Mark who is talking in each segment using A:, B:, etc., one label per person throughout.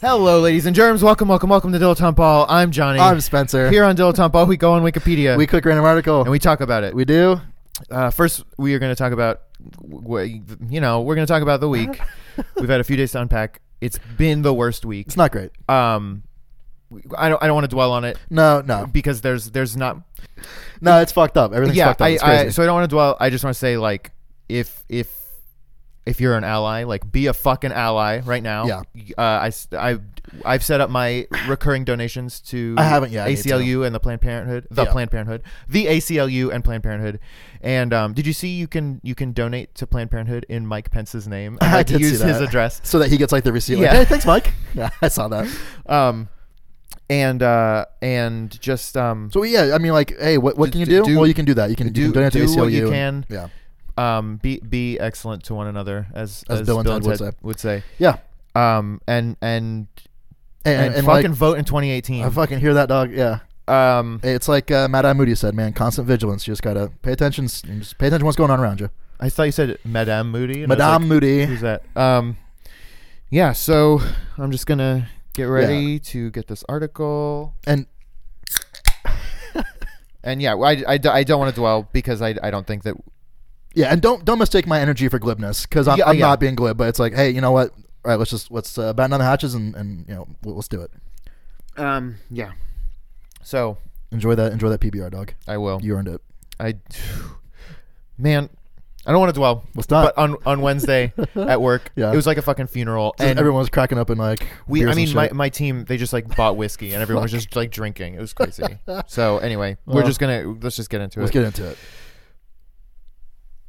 A: Hello, ladies and germs. Welcome, welcome, welcome to Dilettante Ball. I'm Johnny.
B: I'm Spencer.
A: Here on Dilettante Ball, we go on Wikipedia
B: We click random article.
A: and we talk about it.
B: we do.
A: Uh, first, we are going to talk about, w- w- you know, we're going to talk about the week. We've had a few days to unpack. It's been the worst week.
B: It's not great.
A: Um, I don't, I don't want to dwell on it
B: No, no,
A: because there's, there's not.
B: no. It's fucked up. Everything's
A: yeah,
B: fucked up.
A: I,
B: It's crazy.
A: I, so I don't want to dwell. I just want to say, like, if, if, if you're an ally, like, be a fucking ally right now.
B: Yeah.
A: Uh, I, s- I, have set up my recurring donations to
B: I haven't yet. I need to.
A: ACLU and the Planned Parenthood, the
B: Yeah.
A: Planned Parenthood, the ACLU and Planned Parenthood. And um, did you see you can you can donate to Planned Parenthood in Mike Pence's name?
B: I
A: And, like,
B: did see
A: use his
B: that.
A: address.
B: so that he gets like the receipt.
A: Yeah.
B: Like, hey, thanks, Mike. yeah, I saw that.
A: Um, and uh, and just um,
B: So yeah, I mean, like, hey, what, what can you
A: Do-
B: do?
A: do-
B: well, you can do that. You can
A: do-
B: do, you can donate
A: do
B: to ACLU.
A: what you can.
B: and- yeah,
A: um, be be excellent to one another, as
B: As Bill and Ted would say.
A: would say.
B: yeah.
A: Um, and and
B: And,
A: and,
B: and, like, uh,
A: fucking vote in 2018.
B: I fucking hear that dog. Yeah,
A: um,
B: it's like uh, Mad Eye Moody said, man. Constant vigilance. You just gotta pay attention. s- Just pay attention to what's going on around you.
A: I thought you said Madame Moody. and I was
B: Madame
A: like,
B: Moody.
A: Who's that? Um, yeah. So I'm just gonna get ready to get this article.
B: And
A: And yeah, I, I, I don't want to dwell because I, I don't think that
B: yeah, and don't don't mistake my energy for glibness because I'm,
A: Yeah,
B: I'm
A: yeah.
B: not being glib. But it's like, hey, you know what? All right, let's just let's uh, batten on the hatches and and you know let- let's do it.
A: um yeah. So
B: Enjoy that. Enjoy that PBR, dog.
A: I will.
B: You earned it.
A: I man, I don't want to dwell.
B: Let's not.
A: But um, on on Wednesday at work,
B: Yeah.
A: it was like a fucking funeral,
B: and
A: and
B: everyone was cracking up and like
A: we.
B: beers
A: I
B: and
A: mean, my,
B: shit.
A: my team they just like bought whiskey, and everyone was just like drinking. It was crazy. so anyway, we're
B: Oh.
A: just gonna let's just get into
B: let's
A: it.
B: get into it.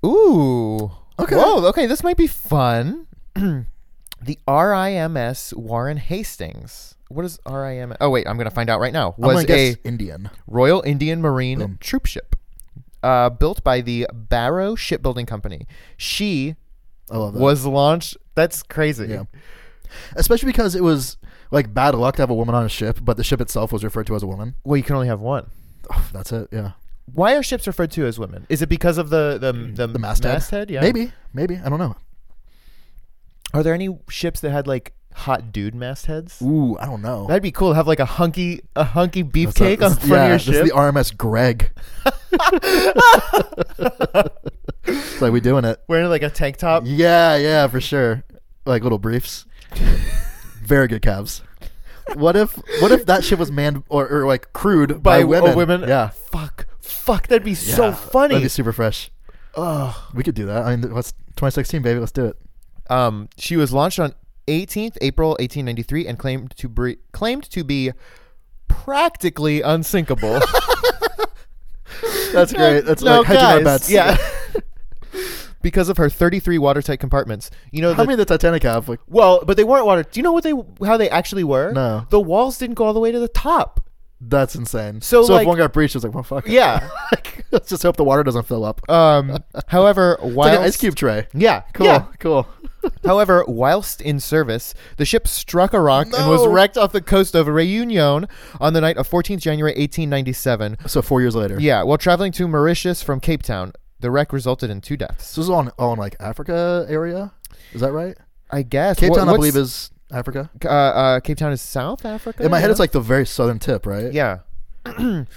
A: Ooh.
B: Okay.
A: Whoa. Okay, this might be fun. the RIMS Warren Hastings. What is RIMS? Oh wait, I'm gonna find out right now.
B: I'm
A: Was
B: gonna guess
A: a
B: Indian.
A: Royal Indian Marine
B: Boom.
A: troopship uh, built by the Barrow Shipbuilding Company. She
B: I love that.
A: was launched. That's crazy.
B: Yeah. Especially because it was like bad luck to have a woman on a ship, but the ship itself was referred to as a woman.
A: Well, you can only have one.
B: Oh, that's it. Yeah.
A: Why are ships referred to as women? Is it because of the the the,
B: Hmm. The masthead.
A: Yeah.
B: Maybe. Maybe. I don't know.
A: Are there any ships that had like hot dude mastheads?
B: Ooh, I don't know.
A: That'd be cool. to Have like a hunky a hunky
B: That's a-
A: beefcake on
B: this-
A: front
B: yeah,
A: of your
B: This
A: ship.
B: is the RMS Greg. it's like we doing it.
A: Wearing like a tank top.
B: Yeah, yeah, for sure. Like little briefs. Very good calves. What if what if that ship was manned or, or like crewed
A: By
B: by,
A: w-
B: women?
A: oh, women?
B: Yeah.
A: Fuck. Fuck. That'd be so
B: Yeah.
A: funny.
B: That'd be super fresh.
A: Ugh.
B: We could do that. I mean, let's 2016, baby. Let's do it.
A: Um, she was launched on 18th April 1893 and claimed to bre- claimed to be practically unsinkable.
B: That's great. That's
A: No,
B: like hedging our
A: guys,
B: bets.
A: Yeah. because of her 33 watertight compartments. You know
B: How
A: the,
B: many did the Titanic have? Like,
A: well, but they weren't water. Do you know what they how they actually were?
B: No.
A: The walls didn't go all the way to the top.
B: that's insane.
A: So,
B: so
A: like-
B: if one got breached, it was like, well, fuck. it.
A: Yeah.
B: Like, let's just hope the water doesn't fill up.
A: um, however,
B: It's
A: whilst
B: like an ice cube tray.
A: Yeah.
B: Cool.
A: yeah.
B: Cool.
A: However, whilst in service, the ship struck a rock and was
B: No.
A: wrecked off the coast of Reunion on the night of 14th January 1897.
B: So four years later.
A: Yeah, while traveling to Mauritius from Cape Town, the wreck resulted in two deaths.
B: So this is all in, all in like Africa area. Is that right?
A: I guess
B: Cape
A: What-
B: Town, I
A: what's-
B: believe, is Africa.
A: uh, uh, Cape Town is South Africa.
B: In my head,
A: yeah?
B: it's like the very southern tip, right?
A: yeah.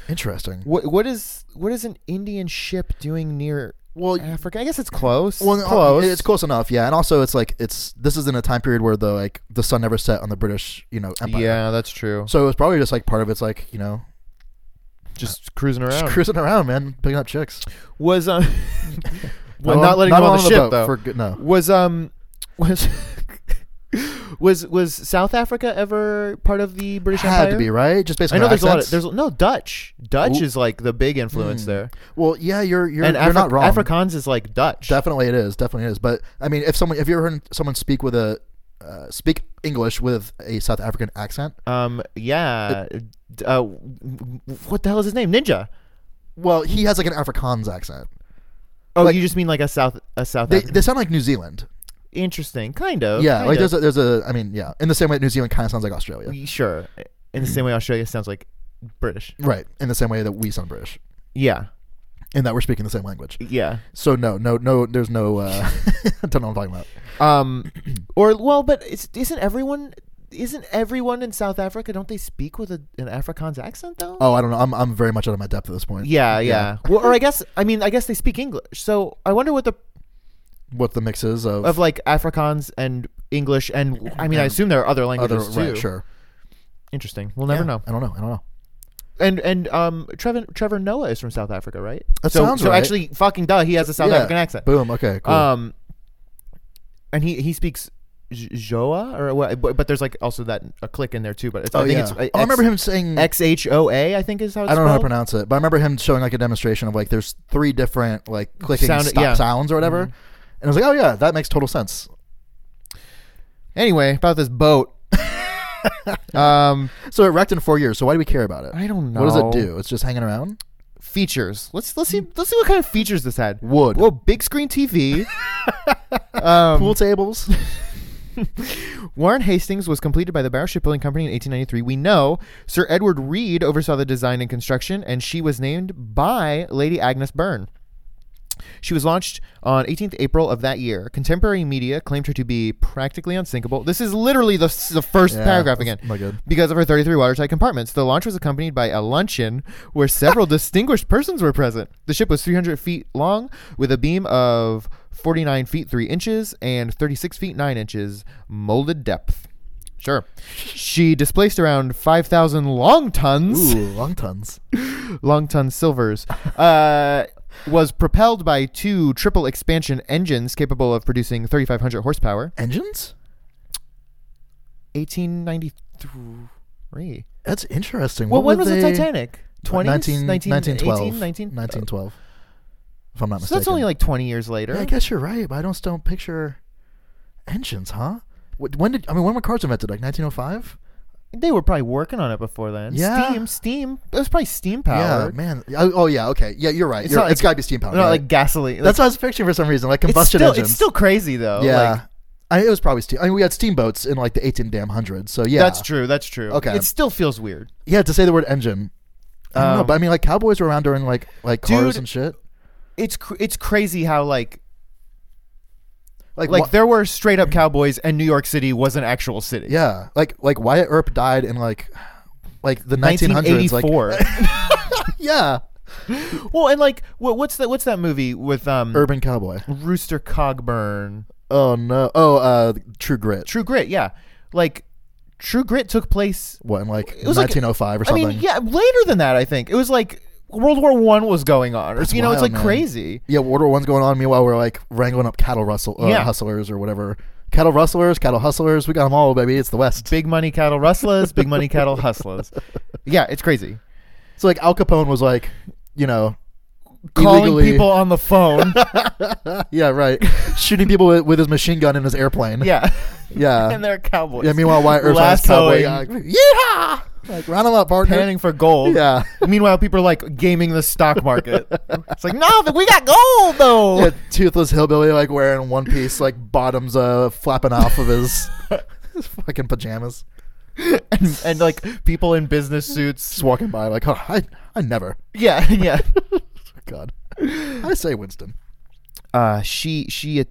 B: Interesting.
A: What what is what is an Indian ship doing near
B: Well,
A: Africa? I guess it's close.
B: Well, no,
A: uh, close.
B: It's close enough, yeah. And also, it's like it's this is in a time period where the like the sun never set on the British, you know, empire.
A: Yeah, that's true.
B: So it was probably just like part of it's like you know
A: Just cruising
B: just
A: around.
B: cruising around, man, picking up chicks.
A: was um, well,
B: on-
A: not letting them on the ship
B: boat
A: though.
B: For, good- no,
A: was um was Was was South Africa ever part of the British
B: had
A: Empire?
B: to be right. Just based
A: I
B: on
A: know
B: our
A: there's a lot of
B: accents?
A: there's no Dutch. Dutch
B: Ooh.
A: is like the big influence there,
B: well, yeah, you're you're,
A: and
B: you're
A: Afri-
B: not wrong.
A: Afrikaans is like Dutch.
B: Definitely, it is. Definitely it is. But I mean, if someone, if you ever heard someone speak with a uh, speak English with a South African accent,
A: um, yeah. D- uh, w- w- what the hell is his name? Ninja.
B: well, he has like an Afrikaans accent.
A: Oh,
B: Like-
A: you just mean like a South a South
B: They,
A: African-
B: they sound like New Zealand.
A: Interesting, kind of.
B: yeah,
A: kind
B: like
A: of.
B: there's a, there's a. I mean, yeah. In the same way, New Zealand kind of sounds like Australia.
A: Y- sure. In the
B: Mm-hmm.
A: same way, Australia sounds like British.
B: Right. In the same way that we sound British,
A: Yeah,
B: in that we're speaking the same language.
A: yeah.
B: So no, no, no. There's no. Uh, I don't know what I'm talking about.
A: Um, or well, but it's, isn't everyone isn't everyone in South Africa? Don't they speak with a, an Afrikaans accent though?
B: Oh, I don't know. I'm I'm very much out of my depth at this point.
A: yeah, yeah. well, or I guess I mean I guess they speak English. So I wonder what the
B: What the mix is of,
A: of like Afrikaans and English and I mean I assume there are other
B: other
A: languages too.
B: right, sure.
A: Interesting. We'll never
B: Yeah,
A: know.
B: I don't know. I don't know.
A: And and um Trevor Trevor Noah is from South Africa, right?
B: That
A: so
B: sounds
A: so
B: right.
A: actually fucking duh, he has a South
B: Yeah.
A: Oh, African accent.
B: Boom. Okay. Cool.
A: Um, and he he speaks J- Joa or what? But, but there's like also that a click in there too. But it's, I think it's
B: Oh,
A: uh,
B: I remember him saying
A: X H O A. I think is how it's
B: I don't know how to
A: spelled.
B: pronounce it, but I remember him showing like a demonstration of like there's three different like clicking
A: Sound-
B: stop
A: yeah. Mm-hmm.
B: sounds or whatever, and I was like, oh yeah, that makes total sense.
A: Anyway, about this boat. um,
B: So it wrecked in four years. So why do we care about it?
A: I don't
B: What does
A: know.
B: it do? It's just hanging around.
A: features. Let's let's see let's see what kind of features this had.
B: Wood.
A: Whoa, big screen TV. um,
B: Pool tables.
A: Warren Hastings was completed by the Barrow Shipbuilding Company in 1893. We know Sir Edward Reed oversaw the design and construction, and she was named by Lady Agnes Byrne. She was launched on 18th April of that year. Contemporary media claimed her to be practically unsinkable. This is literally the, the first
B: Yeah,
A: paragraph
B: that's
A: again.
B: not good.
A: Because of her 33 watertight compartments, the launch was accompanied by a luncheon where several distinguished persons were present. The ship was 300 feet long with a beam of 49 feet 3 inches and 36 feet 9 inches molded depth. Sure. She displaced around 5,000 long tons,
B: Ooh, long tons.
A: long ton silvers, uh, was propelled by two triple expansion engines capable of producing 3,500 horsepower.
B: Engines.
A: 1893.
B: That's interesting.
A: Well,
B: What
A: when was
B: they-
A: the Titanic? 20s?
B: 19, 1912.
A: 18, 19?
B: 1912, If I'm not
A: So
B: mistaken.
A: that's only like 20 years later.
B: Yeah, I guess you're right, but I don't still picture engines, huh? Wh- When did I mean when were cars invented? Like 1905.
A: They were probably working on it before then.
B: Yeah.
A: Steam, steam. It was probably steam
B: Yeah,
A: powered.
B: man. Yeah, Oh, yeah. Okay. Yeah, you're right.
A: It's
B: You're-
A: not
B: it's
A: like-
B: got to be steam powered.
A: Not
B: right?
A: like gasoline.
B: that's
A: like,
B: what I was picturing for some reason, like
A: it's
B: combustion
A: still,
B: engines.
A: It's still crazy though.
B: yeah.
A: Oh, Like,
B: I, it was probably steam. I mean, we had steamboats in like the 18 damn hundred. So yeah,
A: That's true. That's true.
B: Okay.
A: It still feels weird.
B: Yeah, to say the word engine. I don't know,
A: Um,
B: but I mean, like cowboys were around during like like cars
A: Dude,
B: and shit.
A: It's cr- it's crazy how like
B: Like,
A: like
B: wha-
A: there were straight up cowboys and New York City was an actual city.
B: yeah, like like Wyatt Earp died in like like the 1900s. Like
A: 1984.
B: yeah,
A: well, and like what, what's that what's that movie with um
B: urban cowboy.
A: Rooster Cogburn?
B: Oh no. Oh, uh, True Grit.
A: True Grit, yeah. Like True Grit took place
B: What in like
A: was like-
B: 1905 or
A: I
B: something?
A: mean, yeah, later than that, I think. It was like World War One was going on. Or, you know, it's
B: wild,
A: like
B: man.
A: crazy.
B: Yeah, World War One's going on. Meanwhile, we're like wrangling up cattle rustle, uh,
A: Yeah.
B: hustlers or whatever. Cattle rustlers, cattle hustlers. We got them all, baby. It's the West.
A: Big money cattle rustlers, big money cattle hustlers. Yeah, it's crazy.
B: So like Al Capone was like, you know,
A: Calling
B: illegally-
A: people on the phone.
B: Yeah, right. Shooting people with, with his machine gun in his airplane.
A: yeah. and
B: yeah.
A: they're cowboys.
B: Yeah. Meanwhile, Wyatt Earp's on his cowboy.
A: Lassoing,
B: Yeah, yeehaw! Like round them up, partner.
A: panning for gold.
B: Yeah.
A: Meanwhile, people are like gaming the stock market. it's like, no, but we got gold though.
B: Yeah, toothless hillbilly, like wearing one piece, like bottoms uh flapping off of his, his fucking pajamas,
A: and, and like people in business suits.
B: just walking by, like, oh, I, I never. Oh,
A: Yeah, yeah.
B: God. I say Winston.
A: Uh, she she at-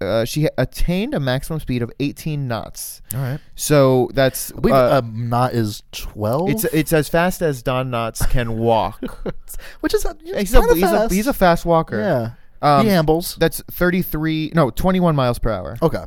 A: uh, she attained a maximum speed of 18 knots.
B: All right.
A: So that's
B: I believe
A: uh,
B: um, knot is 12,
A: it's it's as fast as Don Knotts can walk.
B: which is
A: he's, a,
B: kinda
A: he's, a,
B: fast.
A: he's a fast walker.
B: Yeah.
A: Um,
B: he ambles.
A: That's 33 no, 21 miles per hour.
B: okay.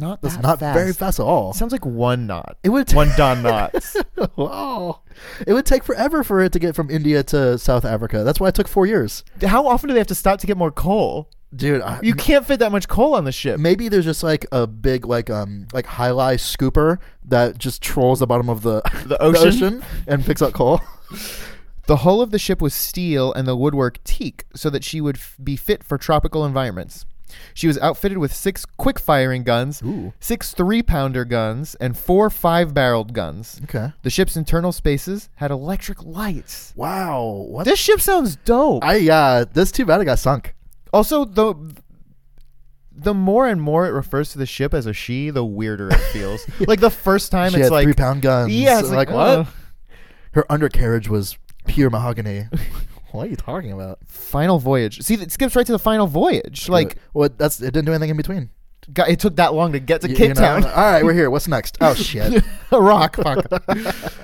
A: Not
B: That's not very fast at all.
A: Sounds like one knot.
B: It would
A: one Don Knotts. Oh.
B: wow. It would take forever for it to get from India to South Africa. That's why it took four years.
A: How often do they have to stop to get more coal?
B: dude. I,
A: You can't fit that much coal on the ship.
B: maybe there's just like a big like um like high lie scooper that just trolls the bottom of the
A: The ocean?
B: and picks up coal.
A: The hull of the ship was steel and the woodwork teak so that she would f- be fit for tropical environments. She was outfitted with six quick firing guns,
B: Ooh.
A: six three pounder guns, and four five barreled guns.
B: Okay.
A: The ship's internal spaces had electric lights.
B: Wow. What?
A: This ship sounds dope.
B: I yeah. That's too bad it got sunk.
A: also, the the more and more it refers to the ship as a she, the weirder it feels. like the first time,
B: She
A: it's
B: had
A: like
B: three pound guns.
A: yeah, it's like,
B: what?
A: uh,
B: Her undercarriage was pure mahogany. what are you talking about?
A: Final voyage. See, it skips right to the final voyage. Like,
B: what? that's it. Didn't do anything in between.
A: God, it took that long to get to
B: uh, Y-
A: Cape
B: you know,
A: Town.
B: All right, we're here. What's next? Oh shit.
A: a rock. Fuck.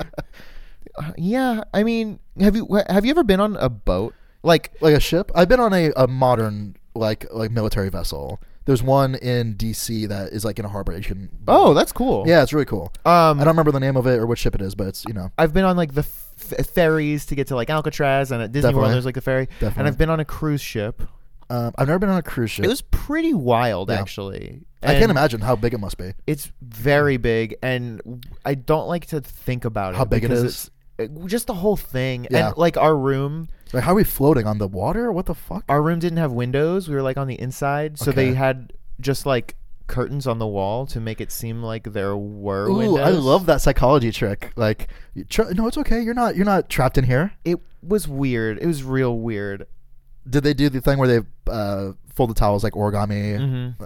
A: Uh, yeah, I mean, have you wh- have you ever been on a boat? Like,
B: like a ship. I've been on a, a modern like like military vessel. There's one in D.C. that is like in a harbor. You can.
A: oh, that's cool.
B: Yeah, it's really cool. I
A: Um,
B: don't remember the name of it or what ship it is, but it's you know
A: I've been on like the f- f- ferries to get to like Alcatraz and at Disney
B: Definitely.
A: World. There's like the ferry, and
B: Definitely.
A: I've been on a cruise ship.
B: um, I've never been on a cruise ship.
A: It was pretty wild,
B: Yeah.
A: actually.
B: I
A: And
B: can't imagine how big it must be.
A: It's very big, and I don't like to think about it.
B: How big it
A: because
B: is?
A: It's, it- just the whole thing,
B: Yeah.
A: and like our room.
B: Like, how are we floating on the water? What the fuck?
A: our room didn't have windows. We were like on the inside, so they
B: Okay.
A: had just like curtains on the wall to make it seem like there were
B: Ooh,
A: windows.
B: I love that psychology trick. Like, you tr- no, it's okay. You're not. You're not trapped in here.
A: It was weird. It was real weird.
B: Did they do the thing where they uh, fold the towels like origami?
A: hmm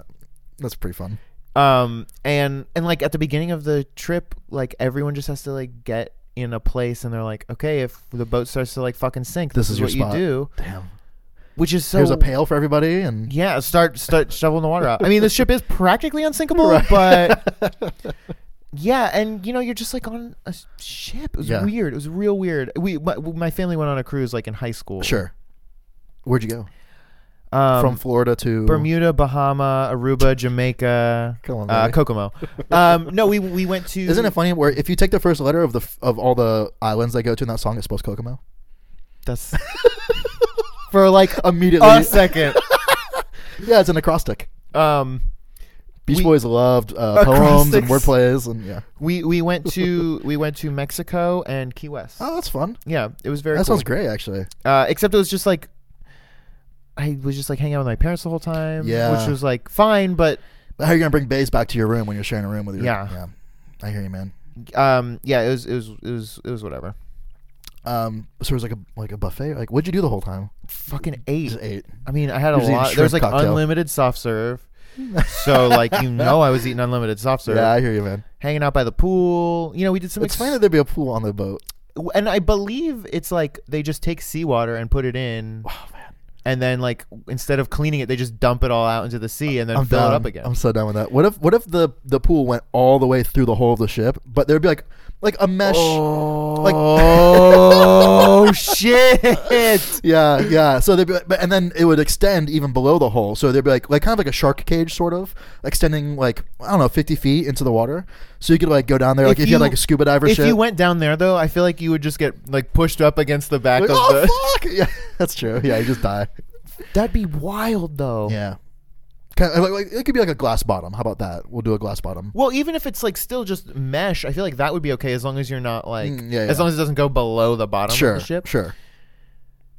B: That's pretty fun.
A: Um, and and like at the beginning of the trip, like everyone just has to like get in a place, and they're like, okay, if the boat starts to like fucking sink, this,
B: This is
A: what
B: your
A: you
B: spot."
A: do,
B: Damn.
A: which is so.
B: Here's a pail for everybody, and
A: Yeah, start start shoveling the water out. I mean, the ship is practically unsinkable,
B: Right.
A: but yeah, and you know, you're just like on a s- ship. It was
B: Yeah.
A: weird. It was real weird. We my, my family went on a cruise like in high school.
B: sure. Where'd you go?
A: Um,
B: From Florida to
A: Bermuda, Bahama, Aruba, Jamaica,
B: Come on,
A: uh,
B: Larry.
A: Kokomo. um, no, we we went to.
B: Isn't it funny where if you take the first letter of the f- of all the islands they go to in that song, it's supposed to Kokomo?
A: That's for like
B: Immediately,
A: a second.
B: yeah, it's an acrostic.
A: Um,
B: Beach
A: We-
B: Boys loved uh, poems and
A: Acrostics.
B: word plays, and yeah.
A: we we went to we went to Mexico and Key West.
B: Oh, that's fun.
A: Yeah, it was very.
B: that
A: cool.
B: sounds great, actually.
A: uh, except it was just like I was just like hanging out with my parents the whole time,
B: Yeah.
A: which was like fine, but
B: But how are you gonna bring bass back to your room when you're sharing a room with your?
A: Yeah.
B: I hear you, man.
A: um, yeah, it was it was it was it was whatever.
B: Um, so it was like a like a buffet. Like, what'd you do the whole time?
A: Fucking
B: Just
A: eight.
B: ate.
A: I mean, I had a
B: You're just eating
A: lot. There was like
B: shrimp cocktail.
A: unlimited soft serve, so like you know, I was eating unlimited soft serve,
B: Yeah, I hear you, man.
A: hanging out by the pool. You know, we did some.
B: It's
A: ex-
B: fine that there'd be a pool on the boat.
A: and I believe it's like they just take seawater and put it in. And then, like, instead of cleaning it, they just dump it all out into the sea and then
B: I'm
A: fill
B: done.
A: it up again.
B: I'm so done with that. What if what if the the pool went all the way through the whole of the ship, but there'd be like like a mesh. like-
A: oh shit!
B: Yeah, yeah. So they'd be, like, but and then it would extend even below the hole. So they'd be like, like kind of like a shark cage, sort of extending like I don't know, fifty feet into the water. So you could like go down there, like if, you, had like a scuba diver.
A: if
B: ship.
A: you went down there though, I feel like you would just get like pushed up against the back
B: like,
A: of
B: oh
A: the.
B: fuck, yeah, that's true. Yeah, you just die.
A: That'd be wild though.
B: Yeah, kind of, like, like, it could be like a glass bottom. How about that? We'll do a glass bottom.
A: Well, even if it's like still just mesh, I feel like that would be okay as long as you're not like
B: Mm, yeah,
A: as
B: yeah.
A: long as it doesn't go below the bottom
B: sure,
A: of the ship.
B: sure.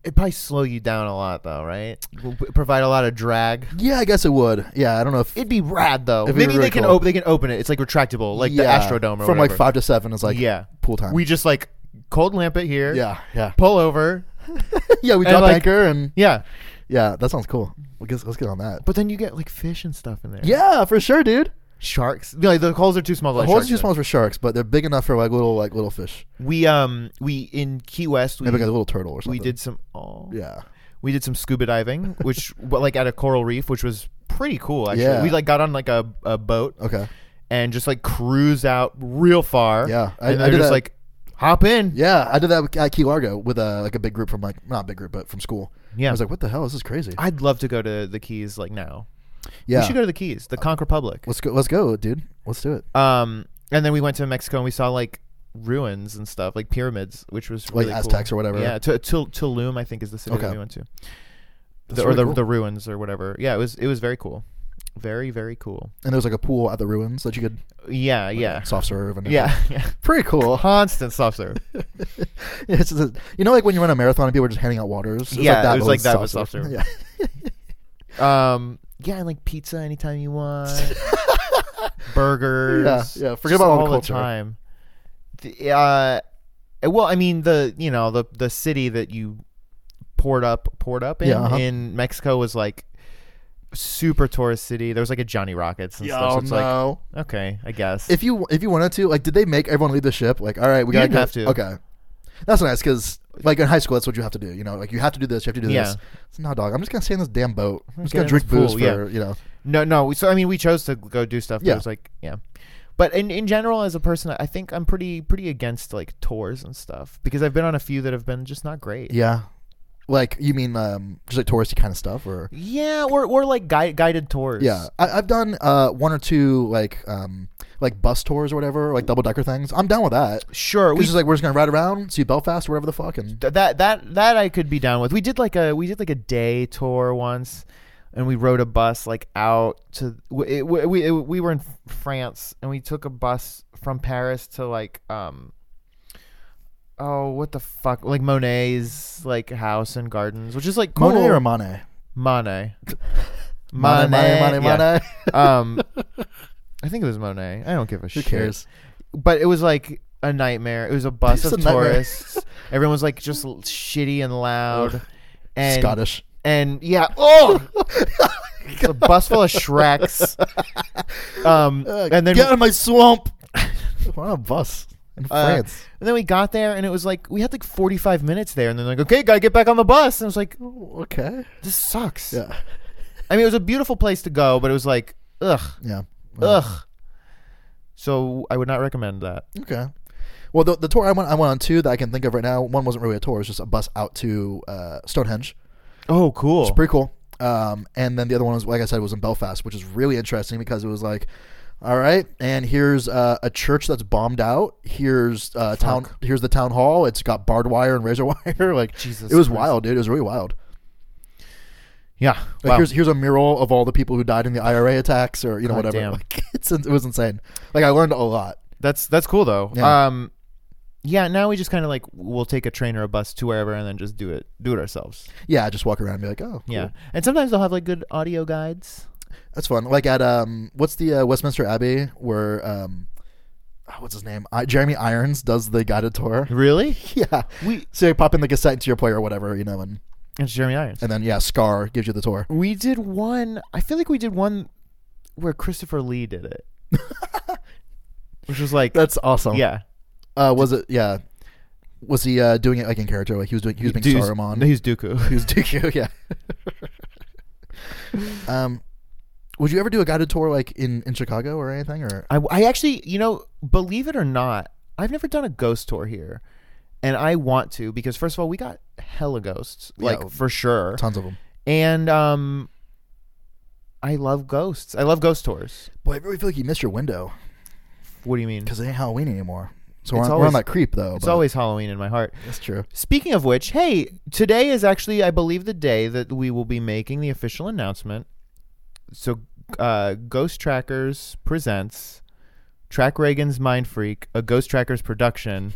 A: It'd probably slow you down a lot though, right? Will p- provide a lot of drag.
B: Yeah, I guess it would. Yeah, I don't know if
A: It'd be rad though.
B: It'd be
A: Maybe
B: really
A: they can
B: cool.
A: open they can open it. It's like retractable, like
B: yeah,
A: the Astrodome or
B: from like
A: whatever.
B: five to seven is like
A: yeah.
B: pool time.
A: We just like cold lamp it here.
B: yeah, yeah,
A: Pull over.
B: yeah. We
A: And,
B: drop
A: like-
B: anchor and
A: Yeah.
B: yeah, that sounds cool. We'll get, let's get on that.
A: But then you get like fish and stuff in there.
B: Yeah, for sure, dude.
A: Sharks. No, the holes are too small. to
B: The
A: let
B: holes are
A: sharks
B: too
A: in.
B: small for sharks, but they're big enough for like little like little fish,
A: We um we in Key West we
B: maybe like a little turtle or something.
A: we did some oh
B: yeah.
A: we did some scuba diving which well, like at a coral reef which was pretty cool actually.
B: Yeah.
A: We like got on like a, a boat
B: Okay.
A: and just like cruise out real far.
B: Yeah, I-
A: and
B: I
A: they're
B: did
A: just
B: that.
A: like hop in.
B: Yeah, I did that at Key Largo with a like a big group from like not big group, but from school.
A: Yeah.
B: I was like, what the hell? This is crazy.
A: I'd love to go to the Keys like now.
B: yeah.
A: We should go to the Keys, the Conch Republic.
B: let's go. Let's go, dude. Let's do it.
A: Um and then we went to Mexico and we saw like ruins and stuff like pyramids which was
B: Like
A: really cool.
B: Aztecs or whatever.
A: Yeah, to, to, Tulum, I think, is the city
B: Okay.
A: that we went to.
B: That's
A: the, or
B: really
A: the,
B: cool.
A: the ruins or whatever. Yeah, it was it was very cool, very very cool.
B: and there's like a pool at the ruins that you could
A: Yeah,
B: like,
A: yeah,
B: soft serve and
A: yeah, yeah.
B: pretty cool. Huh?
A: Constant soft serve.
B: Yeah, it's just a- you know, like when you run a marathon and people are just handing out waters.
A: Yeah, it
B: that,
A: was
B: but
A: like
B: with
A: that, but soft serve.
B: Yeah.
A: Um, yeah, and like pizza anytime you want, burgers.
B: yeah, forget
A: just
B: about all the
A: all
B: culture.
A: the time. The, uh, well, I mean the you know the the city that you poured up poured up in
B: Yeah, uh-huh.
A: in Mexico was like super tourist city. There was like a Johnny Rockets and stuff. So
B: oh
A: it's like
B: no!
A: okay, I guess.
B: if you if you wanted to, like, did they make everyone leave the ship? Like, all right, we
A: You
B: gotta
A: didn't
B: go-
A: have to.
B: Okay, that's nice because like in high school, that's what you have to do. You know, like you have to do this, you have to do
A: Yeah.
B: this. It's, no, dog, I'm just gonna stay in this damn boat. I'm just
A: Get
B: gonna
A: in
B: drink
A: this pool,
B: booze for
A: yeah.
B: you know.
A: No, no. we- So I mean, we chose to go do stuff. But
B: Yeah.
A: it was like, yeah. But in, in general, as a person, I think I'm pretty pretty against like tours and stuff because I've been on a few that have been just not great.
B: Yeah, like you mean um, just like touristy kind of stuff, or
A: Yeah, or or like gui- guided tours.
B: yeah, I, I've done uh one or two like um like bus tours or whatever, like double decker things. I'm down with that.
A: sure.
B: Which
A: We
B: is like we're just gonna ride around, see Belfast, or whatever the fuck, and
A: th- that that that I could be down with. We did like a we did like a day tour once, and we rode a bus like out to w- it, w- we it, we were in France and we took a bus from Paris to like um. Oh, what the fuck! Like Monet's like house and gardens, which is like cool.
B: Monet or Monet.
A: Monet.
B: Monet, Monet, Monet,
A: yeah.
B: Monet.
A: um, I think it was Monet. I don't give a
B: Who
A: shit.
B: cares?
A: But it was like a nightmare. It was a bus
B: It's
A: of
B: a nightmare.
A: tourists. Everyone was like just l- shitty and loud. And,
B: Scottish.
A: And yeah, oh, it's a bus full of Shreks. Um, and then
B: Uh, get out of my swamp. We're on a bus in
A: uh,
B: France.
A: and then we got there, and it was like we had like forty five minutes there, and then like, okay, gotta get back on the bus. And I was like,
B: Oh, okay.
A: this sucks.
B: Yeah.
A: I mean, it was a beautiful place to go, but it was like, ugh,
B: Yeah. Well,
A: ugh. So I would not recommend that.
B: Okay. Well, the, the tour I went I went on two that I can think of right now. One wasn't really a tour; it was just a bus out to uh, Stonehenge.
A: Oh, cool.
B: It's pretty cool. Um, and then the other one was, like I said, was in Belfast, which is really interesting because it was like, all right, and here's uh, a church that's bombed out. Here's uh, town. Here's the town hall. It's got barbed wire and razor wire. like
A: Jesus
B: it was
A: Christ.
B: wild, dude. It was really wild.
A: Yeah.
B: Like
A: wow.
B: here's here's a mural of all the people who died in the IRA attacks or you know
A: God
B: whatever.
A: damn.
B: Like it's it was insane. Like I learned a lot.
A: that's that's cool though.
B: Yeah.
A: Um, yeah. Now we just kind of like we'll take a train or a bus to wherever and then just do it do it ourselves.
B: Yeah, I just walk around and be like, oh, cool.
A: Yeah. And sometimes they'll have like good audio guides.
B: that's fun. Like at um, what's the uh, Westminster Abbey where um, oh, what's his name? I, Jeremy Irons does the guided tour.
A: Really?
B: yeah,
A: We
B: so you pop in the cassette into your player or whatever, you know, and
A: it's Jeremy Irons.
B: and then yeah, Scar gives you the tour.
A: We did one. I feel like we did one where Christopher Lee did it, which was like
B: That's awesome.
A: yeah.
B: Uh, was it? Yeah. Was he uh, doing it like in character? Like he was doing? He was being
A: Dude's-
B: Saruman.
A: He's Dooku.
B: He was DQ, yeah. um, would you ever do a guided tour like in, in Chicago or anything? Or
A: I, I actually, you know, believe it or not, I've never done a ghost tour here, and I want to because first of all, we got hella ghosts, like
B: Yeah.
A: for sure,
B: tons of them.
A: and um, I love ghosts. I love ghost tours.
B: Boy, I really feel like you missed your window
A: What do you mean?
B: because it ain't Halloween anymore. So we're
A: It's
B: on, we're on
A: always-
B: that creep though.
A: It's
B: but
A: always Halloween in my heart.
B: that's true.
A: Speaking of which, hey, today is actually, I believe, the day that we will be making the official announcement. So, uh, Ghost Trackers presents Track Reagan's Mind Freak, a Ghost Trackers production,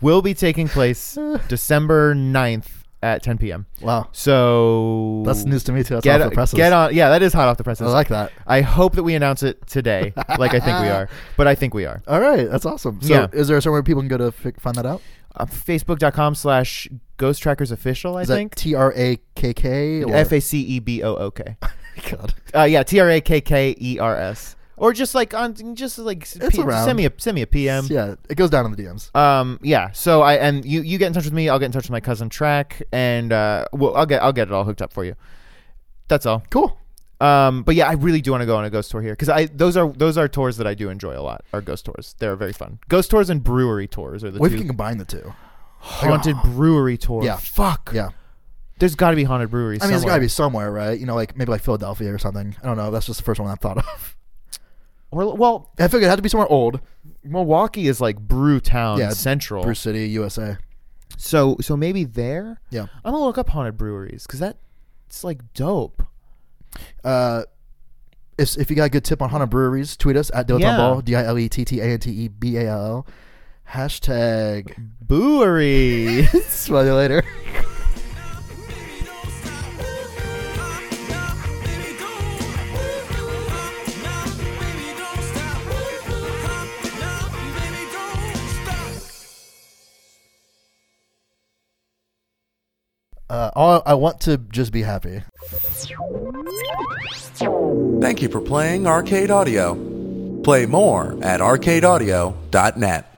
A: will be taking place December 9th at 10 p.m.
B: Wow,
A: So,
B: that's news to me too. That's
A: Get,
B: off the presses.
A: get on. Yeah, that is hot off the presses.
B: I like that.
A: I hope that we announce it today, like I think we are, but I think we are.
B: All right, that's awesome. So
A: Yeah.
B: is there somewhere people can go to fi- find that out?
A: Uh, Facebook.com slash Ghost Trackers Official, I
B: Is
A: think.
B: that T R A K K or
A: F A C E B O O K.
B: God?
A: Uh, yeah, T R A K K E R S. Or just like on, just like s-
B: It's
A: p-
B: around.
A: send me a send me a PM.
B: yeah, it goes down in the DMs.
A: Um, yeah. So I and you you get in touch with me. I'll get in touch with my cousin Track, and uh, well, I'll get I'll get it all hooked up for you. That's all.
B: Cool.
A: Um, but yeah, I really do want to go on a ghost tour here because I those are those are tours that I do enjoy a lot. Are ghost tours? They're very fun. Ghost tours and brewery tours are the
B: What if
A: two
B: you can combine the two?
A: haunted brewery tour.
B: Yeah.
A: Fuck.
B: Yeah.
A: There's got to be haunted breweries.
B: I mean, it's
A: somewhere.
B: got to be somewhere, right? You know, like maybe like Philadelphia or something. I don't know. That's just the first one I thought of.
A: Or well,
B: I figured it had to be somewhere old.
A: Milwaukee is like brew town
B: Yeah, it's
A: central.
B: Bruce City, USA.
A: So so maybe there.
B: Yeah.
A: I'm gonna look up haunted breweries because that It's like dope.
B: Uh, if, if you got a good tip on Hana breweries, tweet us at
A: Yeah.
B: Dilettanteball, D I L E T T A N T E B A L L. Hashtag.
A: Brewery.
B: Smell you later.
C: Baby, don't stop. Now, baby, don't. Now, baby, don't stop. Now, baby, don't stop.
B: Uh, all, I want to just be happy.
D: Thank you for playing Arcade Audio. Play more at arcadeaudio.net.